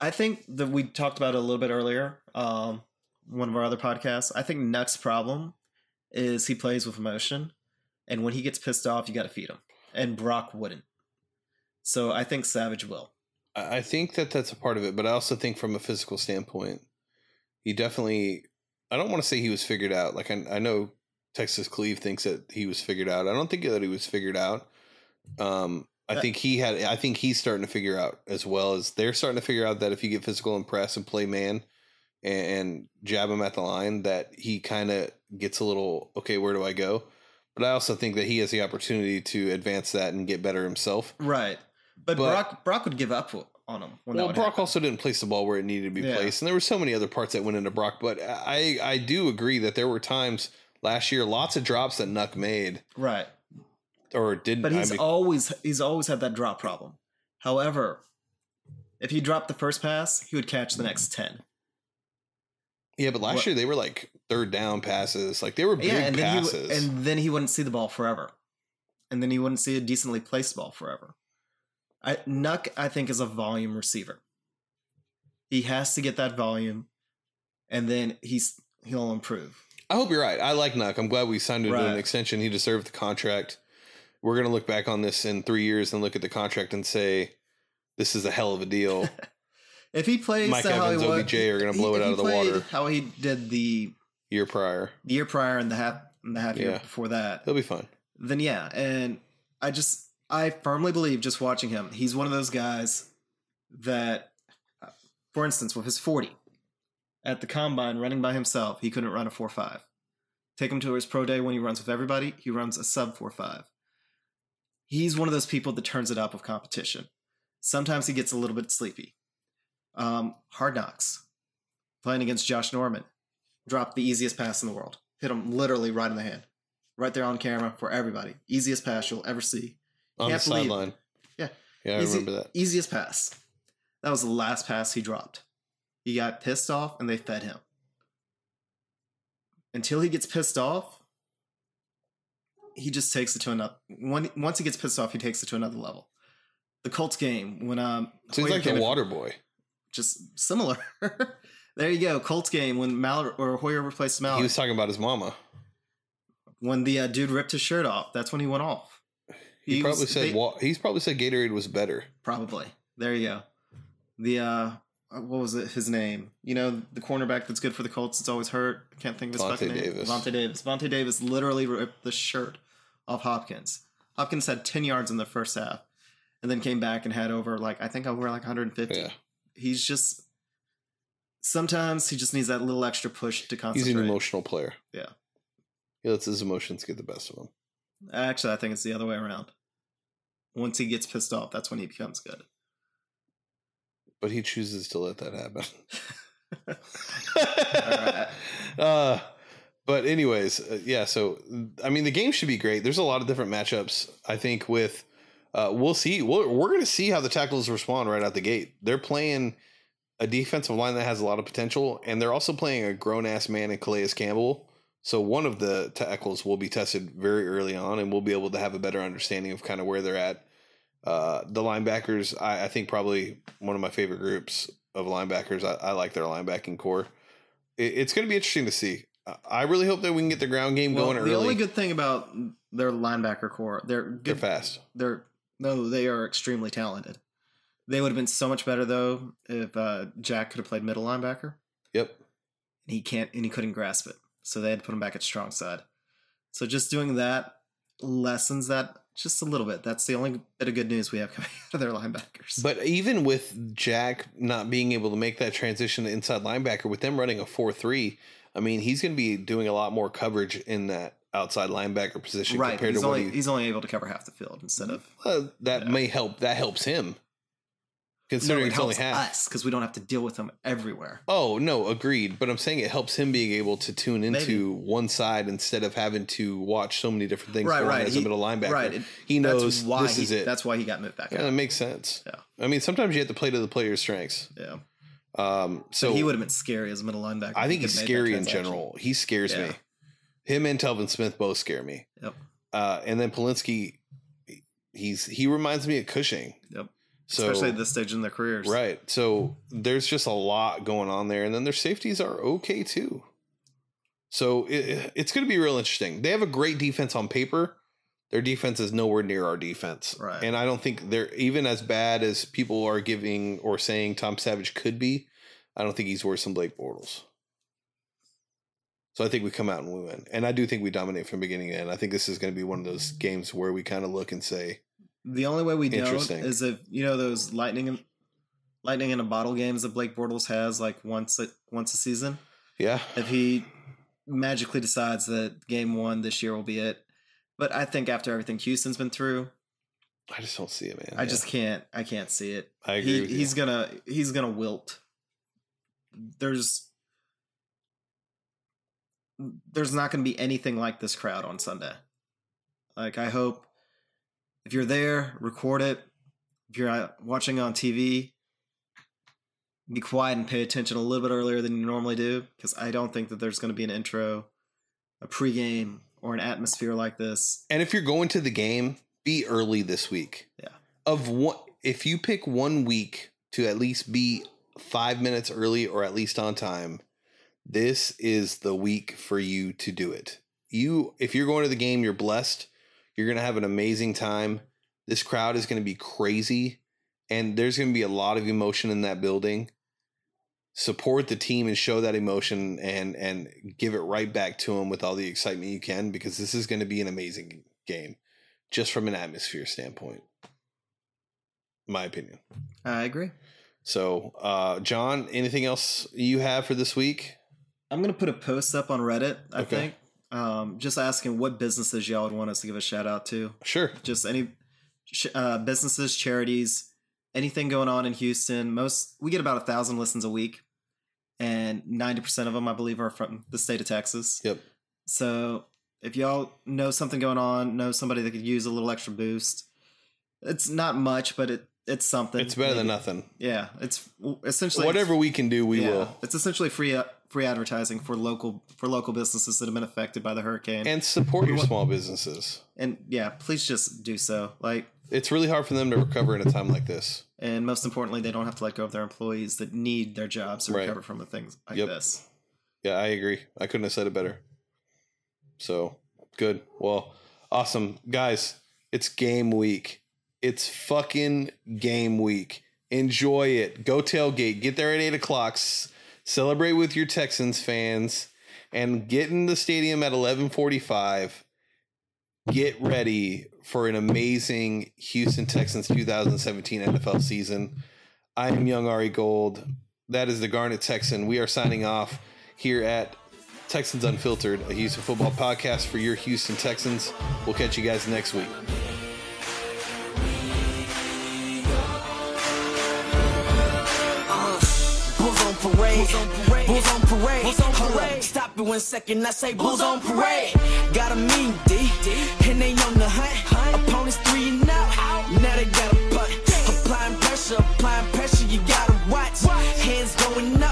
I think that we talked about it a little bit earlier, um, one of our other podcasts. I think Nuck's problem is he plays with emotion, and when he gets pissed off, you got to feed him. And Brock wouldn't. So I think Savage will. I I think that that's a part of it, but I also think from a physical standpoint, he definitely. I don't want to say he was figured out. Like I, I know Texas Cleve thinks that he was figured out. I don't think that he was figured out. Um, I That- think he had. I think he's starting to figure out as well as they're starting to figure out that if you get physical and press and play man and, and jab him at the line, that he kind of gets a little okay. Where do I go? But I also think that he has the opportunity to advance that and get better himself. Right. But, But- Brock Brock would give up on him. When Well, that would Brock happen. also didn't place the ball where it needed to be Yeah. placed, and there were so many other parts that went into Brock. But I, I do agree that there were times last year, lots of drops that Nuck made Right. or didn't. But I he's mean, always he's always had that drop problem. However, if he dropped the first pass, he would catch the next ten. yeah, but last what- year they were like third down passes, like they were big Yeah, and then he passes. w- and then he wouldn't see the ball forever, and then he wouldn't see a decently placed ball forever. I, Nuck, I think, is a volume receiver. He has to get that volume, and then he's he'll improve. I hope you're right. I like Nuck. I'm glad we signed him to Right. an extension. He deserved the contract. We're gonna look back on this in three years and look at the contract and say, "This is a hell of a deal." If he plays Mike to how Evans, he was, OBJ are gonna blow it if out of the played water. How he did the year prior, the year prior and the half and the half year Yeah. before that, he'll be fine. then yeah. And I just I firmly believe just watching him, he's one of those guys that, uh, for instance, with his forty at the combine running by himself, he couldn't run a four five. Take him to his pro day when he runs with everybody, he runs a sub four five. He's one of those people that turns it up with competition. Sometimes he gets a little bit sleepy. Um, hard knocks. Playing against Josh Norman, dropped the easiest pass in the world. Hit him literally right in the hand, right there on camera for everybody. Easiest pass you'll ever see. On the Can't believe- sideline. Yeah. yeah, I Easy- remember that. Easiest pass. That was the last pass he dropped. He got pissed off and they fed him. Until he gets pissed off, he just takes it to another. When, once he gets pissed off, he takes it to another level. The Colts game when um So he's Hoyer like the came in- water boy. just similar. there you go, Colts game when Mallard or Hoyer replaced Mallard. He was talking about his mama. when the uh, dude ripped his shirt off, that's when he went off. He, probably was- said they- wa- he's probably said Gatorade was better. Probably. There you go. The uh uh, what was it? His name? You know, the cornerback that's good for the Colts. It's always hurt. I can't think of his Vontae fucking name. Davis. Vontae Davis. Vontae Davis literally ripped the shirt off Hopkins. Hopkins had ten yards in the first half, and then came back and had over like I think over like 150. Yeah. He's just sometimes he just needs that little extra push to He's concentrate. an emotional player. Yeah. He lets his emotions get the best of him. Actually, I think it's the other way around. Once he gets pissed off, that's when he becomes good. But he chooses to let that happen. right. uh, but anyways, uh, yeah. So I mean, the game should be great. There's a lot of different matchups. I think with uh, we'll see. We're, we're going to see how the tackles respond right out the gate. They're playing a defensive line that has a lot of potential, and they're also playing a grown ass man in Calais Campbell. So one of the tackles will be tested very early on, and we'll be able to have a better understanding of kind of where they're at. Uh, the linebackers, I, I think, probably one of my favorite groups of linebackers. I, I like their linebacking core. It, it's going to be interesting to see. I- I really hope that we can get the ground game Well, going the early. only good thing about their linebacker core, they're they're good. fast. They're no, they are extremely talented. They would have been so much better though if uh, Jack could have played middle linebacker, Yep. and he can't, and he couldn't grasp it, so they had to put him back at strong side. So just doing that lessens that just a little bit. That's the only bit of good news we have coming out of their linebackers. But even with Jack not being able to make that transition to inside linebacker, with them running a 4 3, I mean, he's going to be doing a lot more coverage in that outside linebacker position right, compared he's to what only he. he's only able to cover half the field instead of Well, that Yeah. may help. That helps him. Considering no, it Mm-hmm. it's only helps half. us because we don't have to deal with them everywhere. Oh no, agreed. But I'm saying it helps him being able to tune into one side instead of having to watch so many different things Right, going on right. as He- a middle linebacker. right, it- he knows that's why this he, is it. That's why he got moved back. yeah, up. that makes sense. Yeah. I mean, sometimes you have to play to the player's strengths. yeah. Um, so So he would have been scary as a middle linebacker. I if think he he's could've made that scary in transaction. general. He scares Yeah. me. Him and Telvin Smith both scare me. Yep. Uh, and then Polinsky, he's he reminds me of Cushing. Yep. So Especially at this stage in their careers. Right. So there's just a lot going on there, and then their safeties are okay too. So it, it's going to be real interesting. They have a great defense on paper. Their defense is nowhere near our defense, Right. and I don't think they're even as bad as people are giving or saying Tom Savage could be. I don't think he's worse than Blake Bortles. So I think we come out and we win, and I do think we dominate from beginning to end. I think this is going to be one of those games where we kind of look and say, The only way we don't Interesting. is if you know those lightning in, lightning in a bottle games that Blake Bortles has like once a, once a season. "Yeah, If he magically decides that game one this year will be it. But I think after everything Houston's been through, I just don't see it, man." I Yeah. just can't I can't see it. I agree. he, with you. he's gonna he's gonna wilt. There's there's not gonna be anything like this crowd on Sunday. Like I hope if you're there, record it. If you're uh, watching on TV, be quiet and pay attention a little bit earlier than you normally do, because I don't think that there's gonna be an intro, a pregame, or an atmosphere like this. And if you're going to the game, be early this week. Yeah. Of what if you pick one week to at least be five minutes early or at least on time, this is the week for you to do it. You if you're going to the game, you're blessed. You're gonna have an amazing time. This crowd is gonna be crazy, and there's gonna be a lot of emotion in that building. Support the team and show that emotion and and give it right back to them with all the excitement you can because this is going to be an amazing game just from an atmosphere standpoint my opinion I agree. so uh john anything else you have for this week I'm gonna put a post up on Reddit. I Okay. think um, just asking what businesses y'all would want us to give a shout out to. sure Just any sh- uh, businesses, charities, anything going on in Houston. Most we get about a thousand listens a week, and ninety percent of them, I believe, are from the state of Texas. Yep. So if y'all know something going on, know somebody that could use a little extra boost. It's not much, but it it's something. it's better than Maybe- nothing Yeah, it's essentially whatever we can do we yeah, will It's essentially free uh, free advertising for local for local businesses that have been affected by the hurricane. And, and support your small businesses yeah, please just do so. Like, it's really hard for them to recover in a time like this and most importantly, they don't have to let go of their employees that need their jobs to Right. recover from the things like Yep. this. Yeah, I agree. I couldn't have said it better. So good. Well, awesome. Guys, it's game week. It's fucking game week. enjoy it. Go tailgate. Get there at eight o'clock. S- Celebrate with your Texans fans, and get in the stadium at eleven forty-five. Get ready for an amazing Houston Texans 2017 NFL season. I am Young Ari Gold. That is the Garnet Texan. We are signing off here at Texans Unfiltered, a Houston football podcast for your Houston Texans. We'll catch you guys next week. Bulls on parade. Bulls on parade. Hold up. Stop it one second. I say Bulls on parade. Got a mean D. And they on the hunt. Opponents three and out. Now they got a putt. Applying pressure. Applying pressure. You gotta watch. Hands going up. Uh.